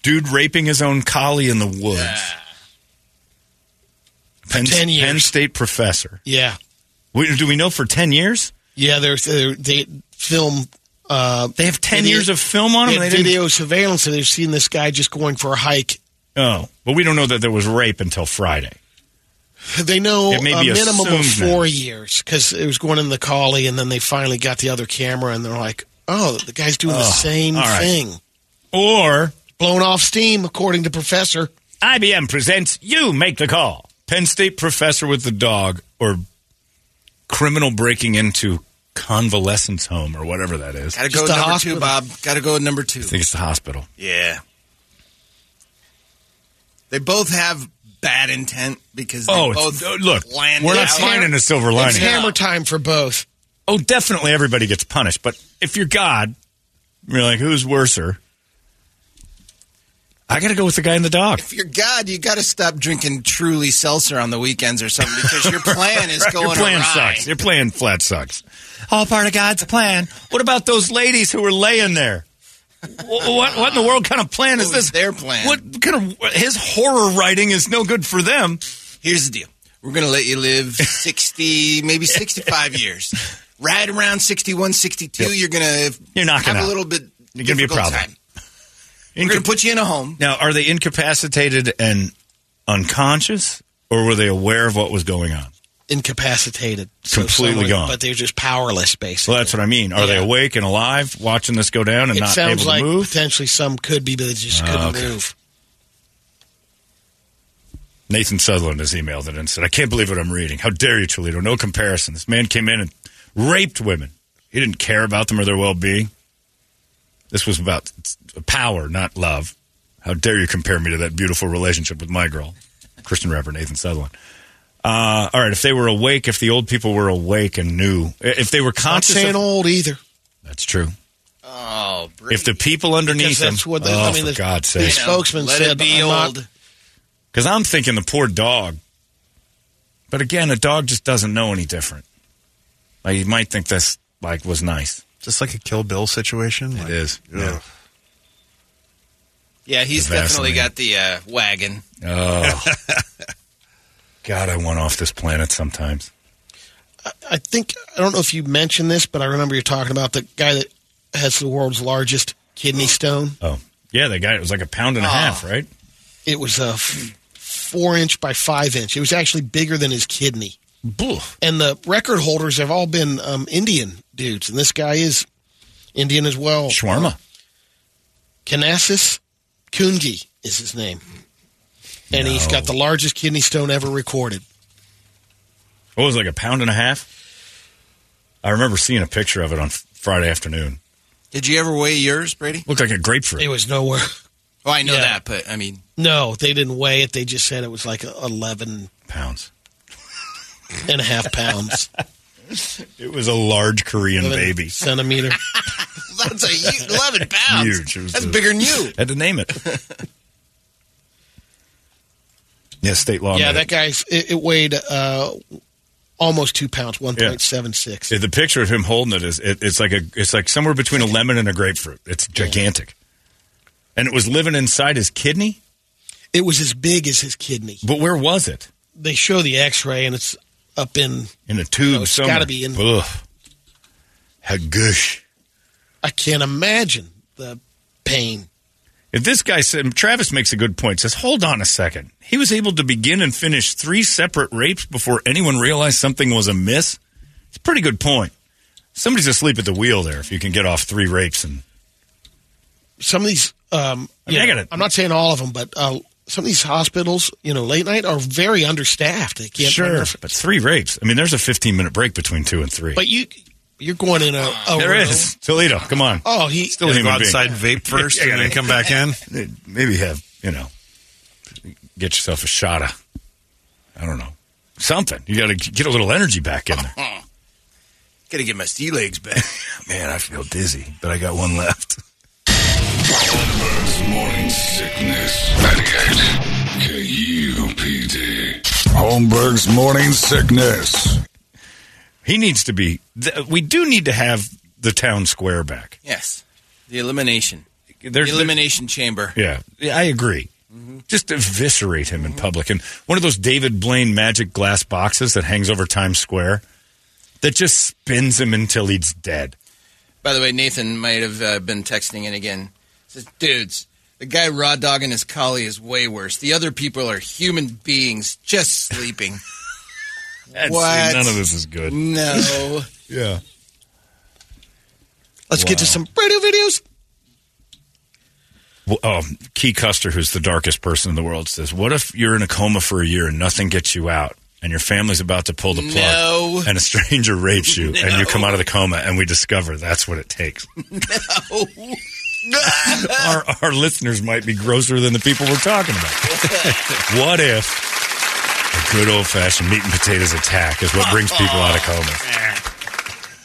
Speaker 2: dude raping his own collie in the woods. Penn,
Speaker 3: 10 Ah. years.
Speaker 2: Penn State professor.
Speaker 3: Yeah,
Speaker 2: We, do we know for 10 years?
Speaker 3: yeah. They're, they're, they film. Uh,
Speaker 2: They have 10
Speaker 3: video-
Speaker 2: years of film on
Speaker 3: they
Speaker 2: them.
Speaker 3: had
Speaker 2: and They didn't-
Speaker 3: video surveillance, so they've seen this guy just going for a hike.
Speaker 2: Oh, but we don't know that there was rape until Friday.
Speaker 3: They know a
Speaker 2: It may be
Speaker 3: minimum of
Speaker 2: assumed
Speaker 3: four
Speaker 2: now.
Speaker 3: years because it was going in the collie, and then they finally got the other camera, and they're like, "Oh, the guy's doing the
Speaker 2: Oh,
Speaker 3: same
Speaker 2: all right.
Speaker 3: thing,
Speaker 2: Or
Speaker 3: blowing off steam," according to Professor.
Speaker 2: IBM presents You Make the Call. Penn State professor with the dog or criminal breaking into convalescence home or whatever that is. I
Speaker 5: Gotta
Speaker 3: Just
Speaker 5: go
Speaker 3: the
Speaker 5: number
Speaker 3: hospital.
Speaker 5: two, Bob. Gotta go number two.
Speaker 2: think it's the hospital.
Speaker 5: Yeah. They both have bad intent because they
Speaker 2: Oh, it's,
Speaker 5: both
Speaker 2: oh, look,
Speaker 5: landed
Speaker 2: we're not
Speaker 5: out.
Speaker 2: finding a silver
Speaker 3: It's
Speaker 2: lining.
Speaker 3: hammer time for both.
Speaker 2: Oh, definitely everybody gets punished. But if you're God, you're like, who's worser? I got to go with the guy in the dog.
Speaker 5: If you're God, you got to stop drinking truly seltzer on the weekends or something because your plan is going
Speaker 2: Your plan
Speaker 5: awry.
Speaker 2: sucks. Your plan flat sucks. All part of God's plan. What about those ladies who were laying there? Wh- What, what in the world kind of plan is
Speaker 5: What
Speaker 2: this?
Speaker 5: was their plan?
Speaker 2: What kind of his horror writing is no good for them.
Speaker 5: Here's the deal. We're going to let you live 60, maybe 65 years. Right around 61, 62, you're going to
Speaker 2: You're not
Speaker 5: have
Speaker 2: gonna-
Speaker 5: a little bit
Speaker 2: you're gonna be a
Speaker 5: difficult
Speaker 2: problem.
Speaker 5: Time. We're going to put you in a home.
Speaker 2: Now, are they incapacitated and unconscious, or were they aware of what was going on?
Speaker 3: Incapacitated.
Speaker 2: Completely gone.
Speaker 3: But they're just powerless, basically.
Speaker 2: Well, that's what I mean. Are they
Speaker 3: Yeah.
Speaker 2: awake and alive, watching this go down and
Speaker 3: it
Speaker 2: not
Speaker 3: sounds
Speaker 2: able
Speaker 3: like
Speaker 2: to move?
Speaker 3: potentially some could be, but they just couldn't move.
Speaker 2: Nathan Sutherland has emailed it and said, "I can't believe what I'm reading. How dare you, Toledo? No comparison. This man came in and raped women. He didn't care about them or their well-being. This was about power, not love. How dare you compare me to that beautiful relationship with my girl, Christian rapper Nathan Sutherland." Uh, all right, if they were awake, if the old people were awake and knew, if they were
Speaker 3: Not
Speaker 2: conscious,
Speaker 3: saying
Speaker 2: of,
Speaker 3: old either.
Speaker 2: that's true.
Speaker 5: Oh, Brady.
Speaker 2: If the people underneath
Speaker 3: Because
Speaker 2: them,
Speaker 3: that's what the,
Speaker 2: oh,
Speaker 3: I mean,
Speaker 2: for
Speaker 3: the,
Speaker 2: God's
Speaker 3: the
Speaker 2: sake,
Speaker 3: spokesman
Speaker 5: let
Speaker 3: said.
Speaker 5: it be
Speaker 3: I'm not-
Speaker 5: old.
Speaker 2: because I'm thinking the poor dog. But again, a dog just doesn't know any different. Like you might think this like was nice.
Speaker 4: Just like a Kill Bill situation. Like,
Speaker 2: is.
Speaker 4: ugh.
Speaker 2: Yeah.
Speaker 5: Yeah, he's
Speaker 2: The
Speaker 5: definitely
Speaker 2: Vaseline.
Speaker 5: got the uh, wagon.
Speaker 2: God, I want off this planet sometimes.
Speaker 3: I think I don't know if you mentioned this, but I remember you're talking about the guy that has the world's largest kidney stone.
Speaker 2: Oh yeah, the guy it was like a pound and a
Speaker 3: Oh.
Speaker 2: half, right?
Speaker 3: It was a f- four inch by five inch. It was actually bigger than his kidney. And the record holders have all been um, Indian dudes, and this guy is Indian as well.
Speaker 2: Shawarma.
Speaker 3: Kanasis Kungi is his name, and he's got the largest kidney stone ever recorded.
Speaker 2: What was it, like a pound and a half? I remember seeing a picture of it on Friday afternoon.
Speaker 5: Did you ever weigh yours, Brady?
Speaker 2: Looked like a grapefruit.
Speaker 3: It was nowhere.
Speaker 5: Oh, I know
Speaker 3: Yeah.
Speaker 5: that, but I mean,
Speaker 3: No, they didn't weigh it. They just said it was like 11
Speaker 2: pounds.
Speaker 3: and a half pounds.
Speaker 2: It was a large Korean
Speaker 3: Eleven
Speaker 2: baby.
Speaker 3: Centimeter.
Speaker 5: that's a huge, 11 pounds.
Speaker 2: Huge. It was
Speaker 5: That's
Speaker 2: the-
Speaker 5: bigger than you.
Speaker 2: Had to name it. yeah, state law.
Speaker 3: yeah,
Speaker 2: made
Speaker 3: that
Speaker 2: it.
Speaker 3: guy's it, it weighed uh, almost two pounds, one point seven six.
Speaker 2: Yeah, The picture of him holding it is it, it's like a it's like somewhere between a lemon and a grapefruit. It's gigantic, and it was living inside his kidney.
Speaker 3: It was as big as his kidney.
Speaker 2: But where was it?
Speaker 3: They show the X ray, and it's up in
Speaker 2: In a tube
Speaker 3: Oh, it's
Speaker 2: somewhere.
Speaker 3: gotta be in-
Speaker 2: Ugh. Hagush.
Speaker 3: I can't imagine the pain.
Speaker 2: If this guy said Travis makes a good point, says, "Hold on a second. He was able to begin and finish three separate rapes before anyone realized something was amiss." It's a pretty good point. Somebody's asleep at the wheel there. If you can get off three rapes and
Speaker 3: Some of these, um,
Speaker 2: I mean,
Speaker 3: you
Speaker 2: I
Speaker 3: know,
Speaker 2: gotta-
Speaker 3: I'm not saying all of them, but uh, some of these hospitals, you know, late night are very understaffed. They can't
Speaker 2: sure,
Speaker 3: enough-
Speaker 2: but three rapes. I mean, there's a 15 minute break between two and three.
Speaker 3: But you, you're going in a, a
Speaker 2: there
Speaker 3: room.
Speaker 2: is Toledo. Come on,
Speaker 3: Oh, he
Speaker 2: still a
Speaker 4: Go
Speaker 2: human being.
Speaker 4: outside and vape first
Speaker 2: Yeah,
Speaker 4: and then
Speaker 2: yeah.
Speaker 4: come back in.
Speaker 2: Maybe have you know, get yourself a shot of, I don't know, something. You got to get a little energy back in there.
Speaker 5: Gotta get my sea legs back.
Speaker 2: Man, I feel dizzy, but I got one left.
Speaker 1: Holmberg's morning sickness. Medicaid. KUPD. Holmberg's morning sickness.
Speaker 2: He needs to be. Th- we do need to have the town square back.
Speaker 5: Yes. The elimination.
Speaker 2: There's,
Speaker 5: The elimination chamber.
Speaker 2: Yeah, yeah, I agree. Just eviscerate him in public. And one of those David Blaine magic glass boxes that hangs over Times Square that just spins him until he's dead.
Speaker 5: By the way, Nathan might have uh, been texting in again. Says, dudes, the guy raw dogging his collie is way worse. The other people are human beings just sleeping.
Speaker 2: That's-
Speaker 5: What?
Speaker 2: None of this is good.
Speaker 5: no.
Speaker 2: Yeah.
Speaker 3: Let's get to some radio videos.
Speaker 2: Well, oh, Key Custer, who's the darkest person in the world, says, What if you're in a coma for a year and nothing gets you out? And your family's about to pull the plug,
Speaker 5: No.
Speaker 2: and a stranger rapes you, and you come out of the coma, and we discover that's what it takes. our, our listeners might be grosser than the people we're talking about. what if a good old fashioned meat and potatoes attack is what brings people out of coma?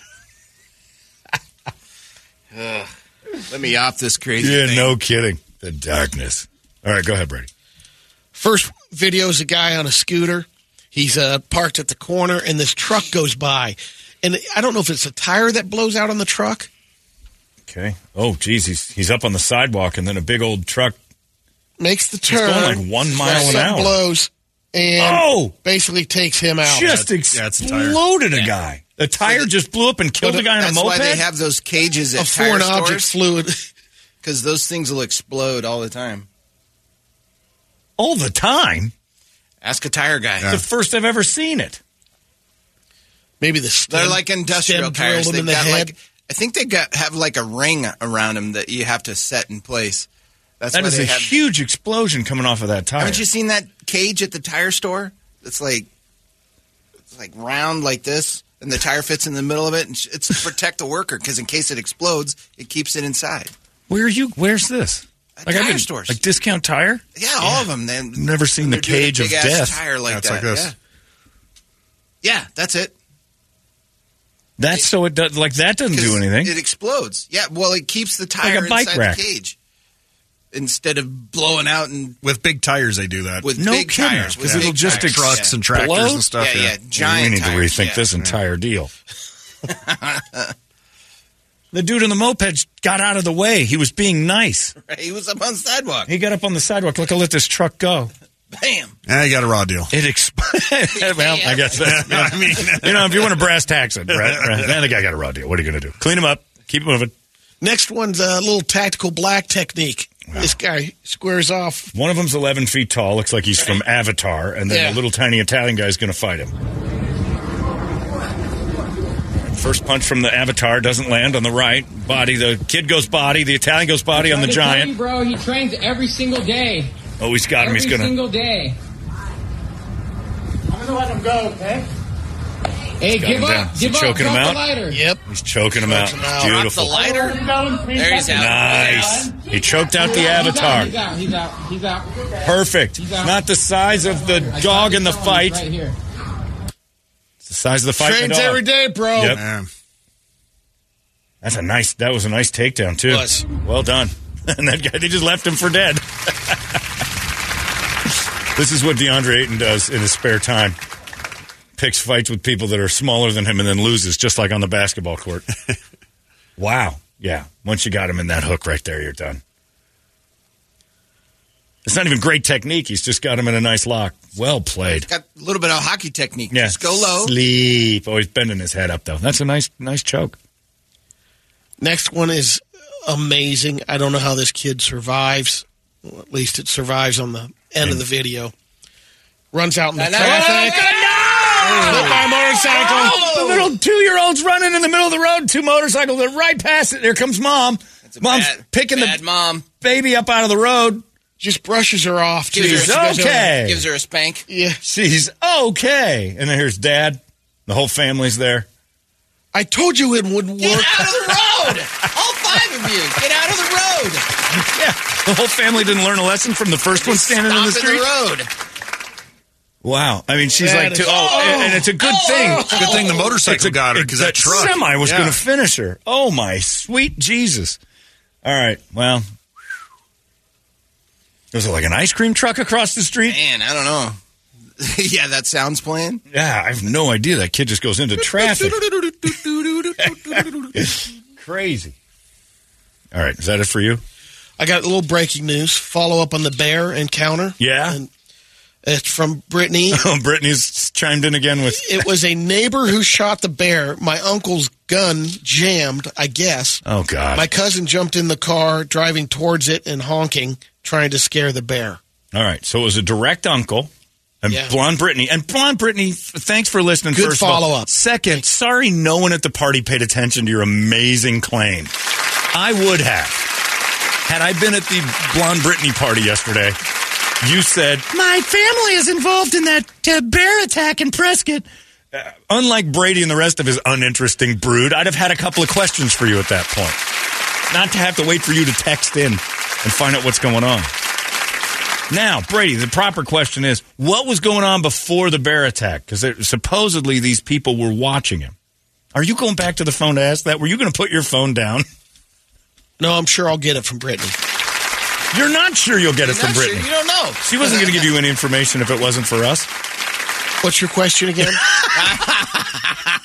Speaker 5: Let me off this crazy
Speaker 2: Yeah,
Speaker 5: thing.
Speaker 2: no kidding. The darkness. All right, go ahead, Brady.
Speaker 3: First video is a guy on a scooter. He's uh, parked at the corner, and this truck goes by. And I don't know if it's a tire that blows out on the truck.
Speaker 2: Okay. Oh, geez, he's he's up on the sidewalk, and then a big old truck
Speaker 3: Makes the
Speaker 2: He's
Speaker 3: turn.
Speaker 2: going like one mile an
Speaker 3: Something
Speaker 2: hour.
Speaker 3: Blows. and
Speaker 2: Oh!
Speaker 3: basically takes him out.
Speaker 2: just
Speaker 4: yeah, it's a tire.
Speaker 2: exploded a guy. The tire just blew up and killed
Speaker 3: But
Speaker 2: a guy on a
Speaker 5: That's
Speaker 2: moped.
Speaker 5: why they have those cages
Speaker 3: a
Speaker 5: at tire
Speaker 3: foreign object
Speaker 5: stores
Speaker 3: fluid.
Speaker 5: because those things will explode all the time.
Speaker 2: all the time.
Speaker 5: Ask a tire guy.
Speaker 2: It's the first I've ever seen it.
Speaker 3: Maybe the stem,
Speaker 5: They're like industrial
Speaker 3: stem drilled
Speaker 5: tires.
Speaker 3: him
Speaker 5: They
Speaker 3: in the
Speaker 5: got
Speaker 3: head.
Speaker 5: like I think they got have like a ring around them that you have to set in place. That's
Speaker 2: That
Speaker 5: why
Speaker 2: is
Speaker 5: they
Speaker 2: a
Speaker 5: have.
Speaker 2: huge explosion coming off of that tire.
Speaker 5: haven't you seen that cage at the tire store? It's like it's like round like this, and the tire fits in the middle of it, and sh- it's to protect the worker because in case it explodes, it keeps it inside.
Speaker 2: Where are you? Where's this?
Speaker 5: At
Speaker 2: I've
Speaker 5: tire
Speaker 2: been-
Speaker 5: stores.
Speaker 2: Like discount tire?
Speaker 5: Yeah, all of them. Then
Speaker 2: Never seen the cage of death.
Speaker 5: Tire like
Speaker 4: That's
Speaker 5: that.
Speaker 4: like this.
Speaker 5: Yeah. yeah, that's it.
Speaker 2: That's so it does. Like that doesn't
Speaker 5: 'Cause
Speaker 2: do anything.
Speaker 5: It explodes. Yeah, well, it keeps the
Speaker 2: a
Speaker 5: tire
Speaker 2: bike
Speaker 5: inside
Speaker 2: rack.
Speaker 5: the cage instead of blowing out and
Speaker 4: With big tires, they do that.
Speaker 5: with
Speaker 2: No
Speaker 5: big
Speaker 2: kidding,
Speaker 5: tires. with
Speaker 2: 'cause it'll
Speaker 5: big
Speaker 2: just
Speaker 5: tires.
Speaker 4: trucks
Speaker 5: yeah.
Speaker 4: and tractors
Speaker 2: Blow?
Speaker 4: and stuff.
Speaker 5: Yeah, yeah, giant.
Speaker 2: we need
Speaker 5: tires,
Speaker 2: to rethink
Speaker 5: yeah.
Speaker 2: this entire deal. the dude on the moped got out of the way. He was being nice.
Speaker 5: He was up on the sidewalk.
Speaker 2: He got up on the sidewalk. Look, I let this truck go.
Speaker 5: Bam.
Speaker 4: Yeah, you got a raw deal.
Speaker 2: It exploded. well, I guess that's. I mean, you know, if you want to brass tax it, right? right. Then the guy got a raw deal. What are you going to do? Clean him up. Keep moving.
Speaker 3: Next one's a little tactical black technique. This guy squares off.
Speaker 2: One of them's 11 feet tall. Looks like he's from Avatar, and then
Speaker 3: Yeah.
Speaker 2: the little tiny Italian guy's going to fight him. First punch from the Avatar doesn't land on the right body. The kid goes body. The Italian goes body on the
Speaker 6: Let me tell you,
Speaker 2: giant.
Speaker 6: bro, he trains every single day.
Speaker 2: Oh, he's got him.
Speaker 6: every
Speaker 2: He's going to.
Speaker 6: single day. I'm gonna let him go, okay? Hey,
Speaker 2: Got
Speaker 6: give
Speaker 2: him
Speaker 6: up,
Speaker 2: down. Is he
Speaker 6: give up,
Speaker 2: choking him
Speaker 6: drop the
Speaker 2: out?
Speaker 6: lighter.
Speaker 3: Yep.
Speaker 2: He's choking him out.
Speaker 3: Choking him out.
Speaker 2: Oh, Beautiful.
Speaker 6: You got him, please.
Speaker 5: There he's out.
Speaker 2: Nice. He choked out the
Speaker 6: He's out, He's
Speaker 2: Avatar.
Speaker 6: out. He's out. He's out. He's out.
Speaker 2: Perfect.
Speaker 6: He's out.
Speaker 2: Not the size of the
Speaker 6: I
Speaker 2: dog
Speaker 6: saw
Speaker 2: in the
Speaker 6: him
Speaker 2: fight.
Speaker 6: Right here.
Speaker 2: It's the size of the fight. in the
Speaker 3: Trains
Speaker 2: dog.
Speaker 3: every day, bro.
Speaker 2: Yep.
Speaker 4: Yeah.
Speaker 2: That's a nice. That was a nice takedown too.
Speaker 3: Was.
Speaker 2: Well done. And that guy, they just left him for dead. this is what DeAndre Ayton does in his spare time. Picks fights with people that are smaller than him and then loses, just like on the basketball court. wow. Yeah. Once you got him in that hook right there, you're done. It's not even great technique. He's just got him in a nice lock. Well played.
Speaker 5: Got a little bit of hockey technique.
Speaker 2: Yeah.
Speaker 5: Just go low.
Speaker 2: Sleep. Oh, he's bending his head up though. That's a nice, nice choke.
Speaker 3: Next one is amazing. I don't know how this kid survives. Well, at least it survives on the end of the video. Runs out in the traffic.
Speaker 2: No!
Speaker 3: Hit by a motorcycle.
Speaker 2: The little two-year-old's running in the middle of the road. Two motorcycles. They're right past it. There comes mom.
Speaker 5: It's a
Speaker 2: Mom's
Speaker 5: bad-
Speaker 2: picking
Speaker 5: bad
Speaker 2: the
Speaker 5: mom.
Speaker 2: baby up out of the road.
Speaker 3: Just brushes her off. too.
Speaker 5: Gives
Speaker 2: She's
Speaker 5: her a-
Speaker 2: okay.
Speaker 5: Gives her a spank.
Speaker 3: Yeah.
Speaker 2: She's okay. And then here's dad. The whole family's there.
Speaker 3: I told you it would
Speaker 5: Get
Speaker 3: work.
Speaker 5: out of the road. All five of you. Get out of the road.
Speaker 2: Yeah, the whole family didn't learn a lesson from the first one standing in the
Speaker 5: Stop in
Speaker 2: street.
Speaker 5: road.
Speaker 2: Wow. I mean, she's
Speaker 3: That
Speaker 2: like,
Speaker 3: is-
Speaker 2: too, oh, and, and it's a good thing.
Speaker 4: It's a good thing the motorcycle got her because that truck.
Speaker 2: semi was
Speaker 4: Yeah.
Speaker 2: going to finish her. Oh my sweet Jesus! All right, well, was it like an ice cream truck across the street?
Speaker 5: Man, I don't know. yeah, that sounds playing.
Speaker 2: Yeah, I have no idea. That kid just goes into traffic. Crazy. All right, is that it for you?
Speaker 3: I got a little breaking news. Follow up on the bear encounter.
Speaker 2: Yeah. Oh,
Speaker 3: And it's from Brittany.
Speaker 2: Brittany's chimed in again with
Speaker 3: it was a neighbor who shot the bear. My uncle's gun jammed, I guess.
Speaker 2: Oh God.
Speaker 3: My cousin jumped in the car, driving towards it and honking, trying to scare the bear.
Speaker 2: All right, so it was a direct uncle. And
Speaker 3: Yeah.
Speaker 2: Blonde Brittany. And Blonde Brittany, th- thanks for listening.
Speaker 3: Good
Speaker 2: first of all.
Speaker 3: follow-up.
Speaker 2: Second, sorry no one at the party paid attention to your amazing claim. I would have. Had I been at the Blonde Brittany party yesterday, you said, My family is involved in that uh, bear attack in Prescott. Uh, unlike Brady and the rest of his uninteresting brood, I'd have had a couple of questions for you at that point. Not to have to wait for you to text in and find out what's going on. Now, Brady, the proper question is what was going on before the bear attack? Because supposedly these people were watching him. Are you going back to the phone to ask that? Were you going to put your phone down?
Speaker 3: No, I'm sure I'll get it from Brittany.
Speaker 2: You're not sure you'll get it from
Speaker 5: Not sure.
Speaker 2: Brittany.
Speaker 5: You don't know.
Speaker 2: She wasn't going to give you any information if it wasn't for us.
Speaker 3: What's your question again?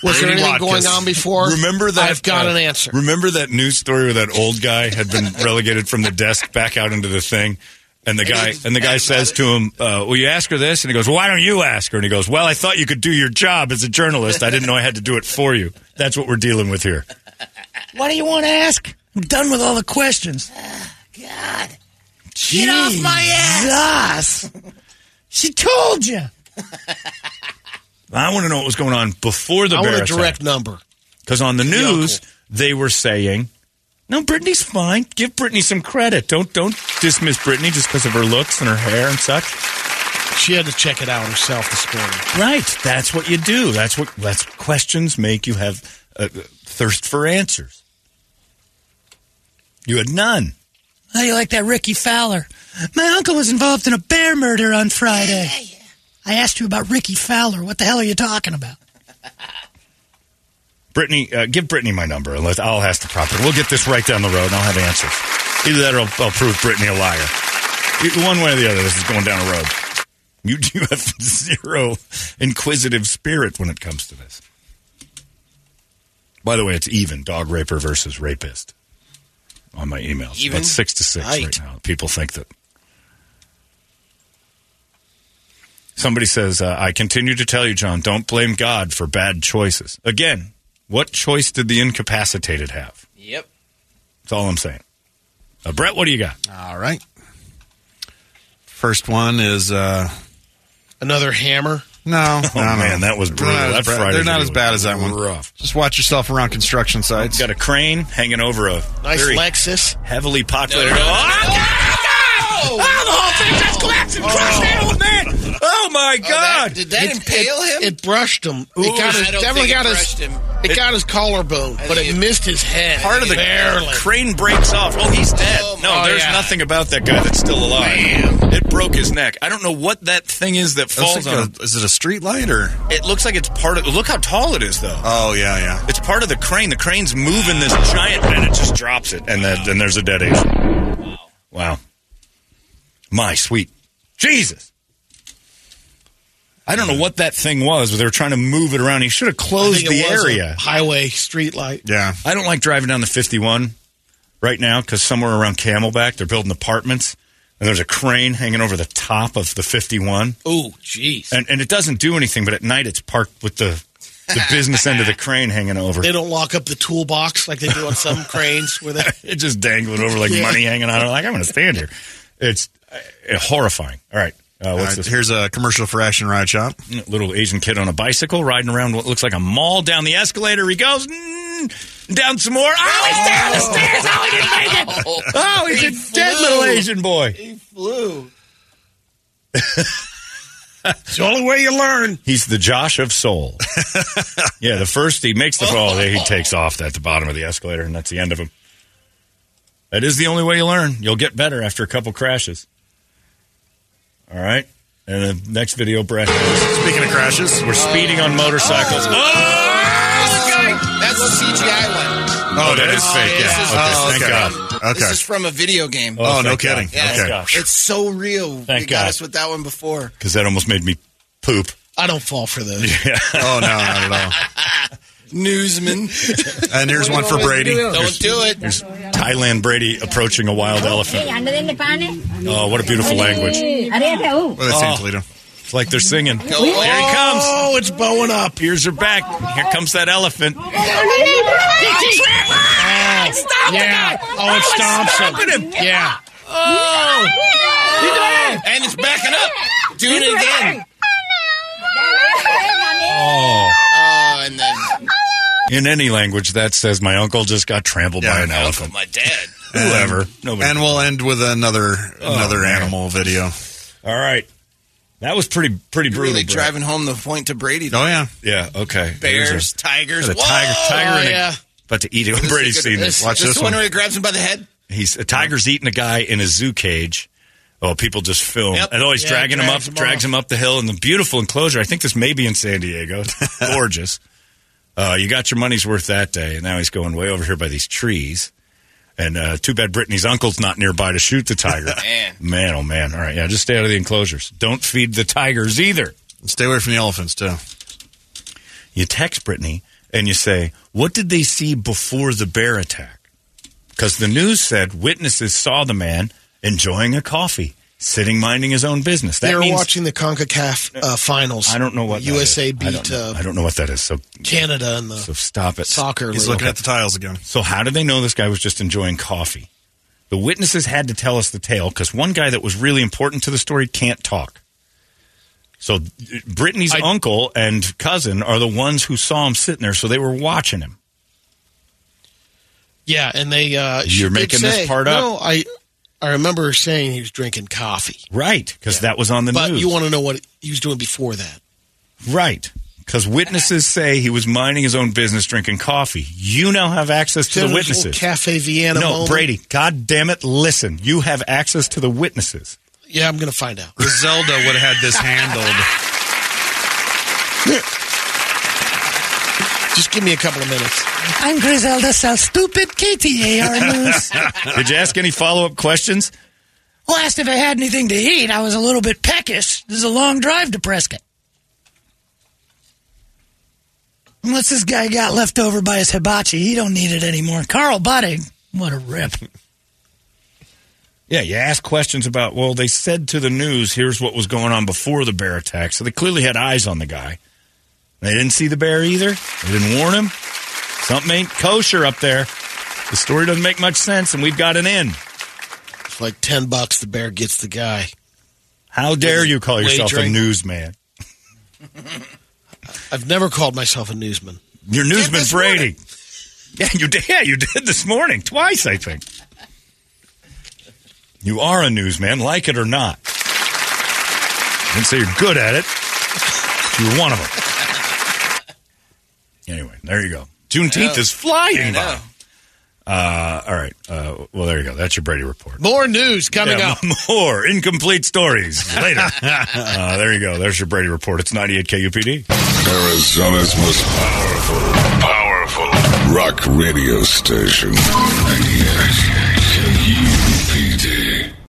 Speaker 3: was there
Speaker 4: Brady
Speaker 3: anything
Speaker 4: Watkins.
Speaker 3: going on before?
Speaker 2: Remember that
Speaker 3: I've got
Speaker 2: uh,
Speaker 3: an answer.
Speaker 2: Remember that news story where that old guy had been relegated from the desk back out into the thing. And the guy and the guy says to him, uh, "Will you ask her this?" And he goes, "Why don't you ask her?" And he goes, "Well, I thought you could do your job as a journalist. I didn't know I had to do it for you. That's what we're dealing with here."
Speaker 7: What do you want to ask? I'm done with all the questions. God. Get off my ass. She told you.
Speaker 2: I want to know what was going on before the
Speaker 3: I want a
Speaker 2: Barrett
Speaker 3: direct number.
Speaker 2: because on the news
Speaker 3: uncle.
Speaker 2: they were saying, "No, Britney's fine. Give Britney some credit. Don't don't dismiss Britney just because of her looks and her hair and such."
Speaker 3: She had to check it out herself this morning.
Speaker 2: Right. That's what you do. That's what that's what questions make you have a thirst for answers. You had none.
Speaker 7: How do you like that Ricky Fowler? My uncle was involved in a bear murder on Friday. I asked you about Ricky Fowler. What the hell are you talking about?
Speaker 2: Brittany, uh, give Brittany my number, and let I'll ask the proper. We'll get this right down the road, and I'll have answers. Either that, or I'll, I'll prove Brittany a liar. E- One way or the other, this is going down a road. You do have zero inquisitive spirit when it comes to this. By the way, it's even dog raper versus rapist on my emails.
Speaker 3: Even?
Speaker 2: That's six to six right
Speaker 3: Right.
Speaker 2: now. People think that. Somebody says, uh, I continue to tell you, John, don't blame God for bad choices. Again, what choice did the incapacitated have?
Speaker 5: Yep.
Speaker 2: That's all I'm saying. Uh, Brett, what do you got?
Speaker 4: All right. First one is uh,
Speaker 3: Another hammer.
Speaker 4: no.
Speaker 2: Oh,
Speaker 4: no, no.
Speaker 2: man, that was brutal.
Speaker 4: They're not,
Speaker 2: That
Speaker 4: as, bad-
Speaker 2: Friday
Speaker 4: they're not
Speaker 2: video
Speaker 4: as bad
Speaker 2: was
Speaker 4: as that one.
Speaker 2: rough.
Speaker 4: Just watch yourself around construction sites.
Speaker 2: Got a crane hanging over a
Speaker 3: Nice
Speaker 2: very
Speaker 3: Lexus.
Speaker 2: heavily populated.
Speaker 5: Oh, the whole thing just collapsed and crushed
Speaker 2: Oh, man. Oh, my God.
Speaker 5: Did that impale him?
Speaker 3: It brushed him.
Speaker 5: Ooh,
Speaker 3: it got his,
Speaker 5: I don't
Speaker 3: definitely
Speaker 5: think it
Speaker 3: got his.
Speaker 5: brushed him.
Speaker 3: It, got his collarbone, but it,
Speaker 5: think it-
Speaker 3: missed his head.
Speaker 2: part of the
Speaker 3: barely.
Speaker 2: crane breaks off. Oh, he's dead.
Speaker 5: Oh,
Speaker 2: no,
Speaker 3: oh,
Speaker 2: there's
Speaker 3: yeah.
Speaker 2: nothing about that guy that's still alive. It broke his neck. I don't know what that thing is that
Speaker 4: That's
Speaker 2: falls
Speaker 4: like
Speaker 2: on.
Speaker 4: a- is it a street light or?
Speaker 2: him. It looks like it's part of. Look how tall it is, though.
Speaker 4: Oh yeah, yeah.
Speaker 2: it's part of the crane. The crane's moving this giant, and it just drops it, and then and there's a dead Asian. Wow. Wow. My sweet Jesus. I don't know what that thing was, but they were trying to move it around. He should have
Speaker 3: I
Speaker 2: closed
Speaker 3: think
Speaker 2: the
Speaker 3: it was a
Speaker 2: area.
Speaker 3: highway, street light.
Speaker 4: Yeah.
Speaker 2: I don't like driving down the 51 right now because somewhere around Camelback they're building apartments and there's a crane hanging over the top of the 51
Speaker 3: Oh, jeez.
Speaker 2: and and it doesn't do anything, but at night it's parked with the the business end of the crane hanging over.
Speaker 3: They don't lock up the toolbox like they do on some cranes where they
Speaker 2: It just dangling over like money hanging on it. Like I'm going to stand here. It's uh, horrifying. All right, uh,
Speaker 4: All
Speaker 2: what's
Speaker 4: right,
Speaker 2: this?
Speaker 4: here's a commercial for Action Ride Shop.
Speaker 2: little Asian kid on a bicycle riding around what looks like a mall down the escalator. He goes mm, down some more. Oh, he's down the stairs. Oh, he didn't make it. Oh, he's a dead little Asian boy.
Speaker 5: flew.
Speaker 3: It's the only way you learn.
Speaker 2: He's the Josh of Soul. yeah, the first he makes the fall. He takes off at the bottom of the escalator, and that's the end of him. That is the only way you learn. You'll get better after a couple crashes. All right. And the next video, Brett.
Speaker 4: Speaking of crashes,
Speaker 2: We're speeding on motorcycles.
Speaker 5: That's a CGI one.
Speaker 4: oh, that is fake.
Speaker 5: this
Speaker 4: Yeah.
Speaker 5: is-
Speaker 4: okay.
Speaker 5: oh,
Speaker 4: Thank
Speaker 5: okay.
Speaker 4: God. Okay.
Speaker 5: This is from a video game.
Speaker 4: oh, no
Speaker 2: thank God.
Speaker 4: kidding.
Speaker 5: Yeah,
Speaker 4: Okay.
Speaker 2: gosh.
Speaker 5: It's so real.
Speaker 2: Thank
Speaker 5: you got
Speaker 2: God.
Speaker 5: us with that one before.
Speaker 2: Because that almost made me poop.
Speaker 3: I don't fall for those.
Speaker 4: Oh no, not at
Speaker 5: Newsman.
Speaker 4: all. And here's one for Brady.
Speaker 5: Don't do it.
Speaker 2: Thailand Brady approaching a wild elephant. Oh, what a beautiful language.
Speaker 4: Well, that's San Toledo.
Speaker 2: It's like they're singing. Here he comes. Oh, it's bowing up. Here's her back. Here comes that elephant.
Speaker 5: Oh.
Speaker 3: yeah. Oh, it stomps him. Yeah.
Speaker 5: And it's backing up. Do it again.
Speaker 2: Oh.
Speaker 5: Oh, and then
Speaker 2: In any language, that says my uncle just got trampled
Speaker 4: Yeah,
Speaker 2: by an
Speaker 4: my
Speaker 2: elephant.
Speaker 5: my dad.
Speaker 2: Whoever. Nobody.
Speaker 4: And we'll end with another another
Speaker 2: man.
Speaker 4: animal video.
Speaker 2: All right. That was pretty pretty brutal.
Speaker 5: Really
Speaker 2: Brett.
Speaker 5: driving home the point to Brady.
Speaker 4: Oh yeah.
Speaker 2: Yeah. Okay.
Speaker 5: Bears,
Speaker 2: There's
Speaker 5: tigers.
Speaker 2: A, a tiger.
Speaker 5: Whoa!
Speaker 2: Tiger.
Speaker 3: Oh,
Speaker 2: and a-
Speaker 3: yeah.
Speaker 2: about to eat it. Brady's seen this.
Speaker 4: Watch
Speaker 5: Is this
Speaker 4: this
Speaker 5: the one
Speaker 4: one.
Speaker 5: where he grabs him by the head?
Speaker 2: He's a tiger's eating a guy in a zoo cage. Oh, people just film.
Speaker 5: Yep.
Speaker 2: And oh, he's
Speaker 3: Yeah,
Speaker 2: dragging him up,
Speaker 3: drags him
Speaker 2: drags
Speaker 3: off.
Speaker 2: him up the hill in the beautiful enclosure. I think this may be in San Diego. It's Gorgeous. Uh, you got your money's worth that day, and now he's going way over here by these trees. And uh, too bad Brittany's uncle's not nearby to shoot the tiger.
Speaker 5: Man.
Speaker 2: man, oh man! All right, yeah, just stay out of the enclosures. Don't feed the tigers either.
Speaker 4: Stay away from the elephants too.
Speaker 2: You text Brittany and you say, "What did they see before the bear attack?" Because the news said witnesses saw the man enjoying a coffee, sitting minding his own business. That
Speaker 3: They were
Speaker 2: means
Speaker 3: watching the CONCACAF uh, finals.
Speaker 2: I don't know what that is. I
Speaker 3: USA
Speaker 2: don't
Speaker 3: beat
Speaker 2: know. I
Speaker 3: uh,
Speaker 2: don't know what that is. So
Speaker 3: Canada in the
Speaker 2: so stop it.
Speaker 3: soccer.
Speaker 4: He's
Speaker 3: league.
Speaker 4: looking at the tiles again.
Speaker 2: So how did they know this guy was just enjoying coffee? The witnesses had to tell us the tale because one guy that was really important to the story can't talk. So Brittany's
Speaker 3: I-
Speaker 2: uncle and cousin are the ones who saw him sitting there, so they were watching him.
Speaker 3: Yeah, and they. Uh, she
Speaker 2: You're
Speaker 3: did
Speaker 2: making this
Speaker 3: say-
Speaker 2: part up?
Speaker 3: No, I. I remember her saying he was drinking coffee,
Speaker 2: Right, because that was on the
Speaker 3: but
Speaker 2: news.
Speaker 3: you want to know what he was doing before that?
Speaker 2: right, because witnesses say he was minding his own business, drinking coffee. You now have access to
Speaker 3: There
Speaker 2: the
Speaker 3: was this little
Speaker 2: witnesses.
Speaker 3: Cafe Vienna.
Speaker 2: No,
Speaker 3: moment.
Speaker 2: Brady. God damn it! Listen, you have access to the witnesses.
Speaker 3: Yeah, I'm gonna find out.
Speaker 4: Griselda would have had this handled.
Speaker 3: Just give me a couple of minutes.
Speaker 7: I'm Griselda Sell Stupid KTAR News.
Speaker 2: Did you ask any follow up questions?
Speaker 7: well, asked if I had anything to eat. I was a little bit peckish. This is a long drive to Prescott. And What's this guy got left over by his hibachi? He don't need it anymore. Carl Budding. What a rip.
Speaker 2: Yeah, you ask questions about, well, they said to the news, here's what was going on before the bear attack. So they clearly had eyes on the guy. They didn't see the bear either. They didn't warn him. Something ain't kosher up there. The story doesn't make much sense, and we've got an in.
Speaker 3: It's like ten bucks. The bear gets the guy.
Speaker 2: How dare you call yourself a
Speaker 3: Wagering.
Speaker 2: newsman?
Speaker 3: I've never called myself a newsman.
Speaker 2: You're newsman
Speaker 5: this
Speaker 2: Brady.
Speaker 5: morning.
Speaker 2: Yeah, you did. Yeah, you did this morning twice, I think. You are a newsman, like it or not. And so you're good at it. You're one of them. Anyway, there you go. Juneteenth is flying by. Uh, all right. Uh, well, there you go. That's your Brady report.
Speaker 3: More news coming
Speaker 2: Yeah,
Speaker 3: up.
Speaker 2: more incomplete stories later. uh, there you go. There's your Brady report. It's 98 KUPD.
Speaker 1: Arizona's most powerful, powerful rock radio station. 98 KUPD.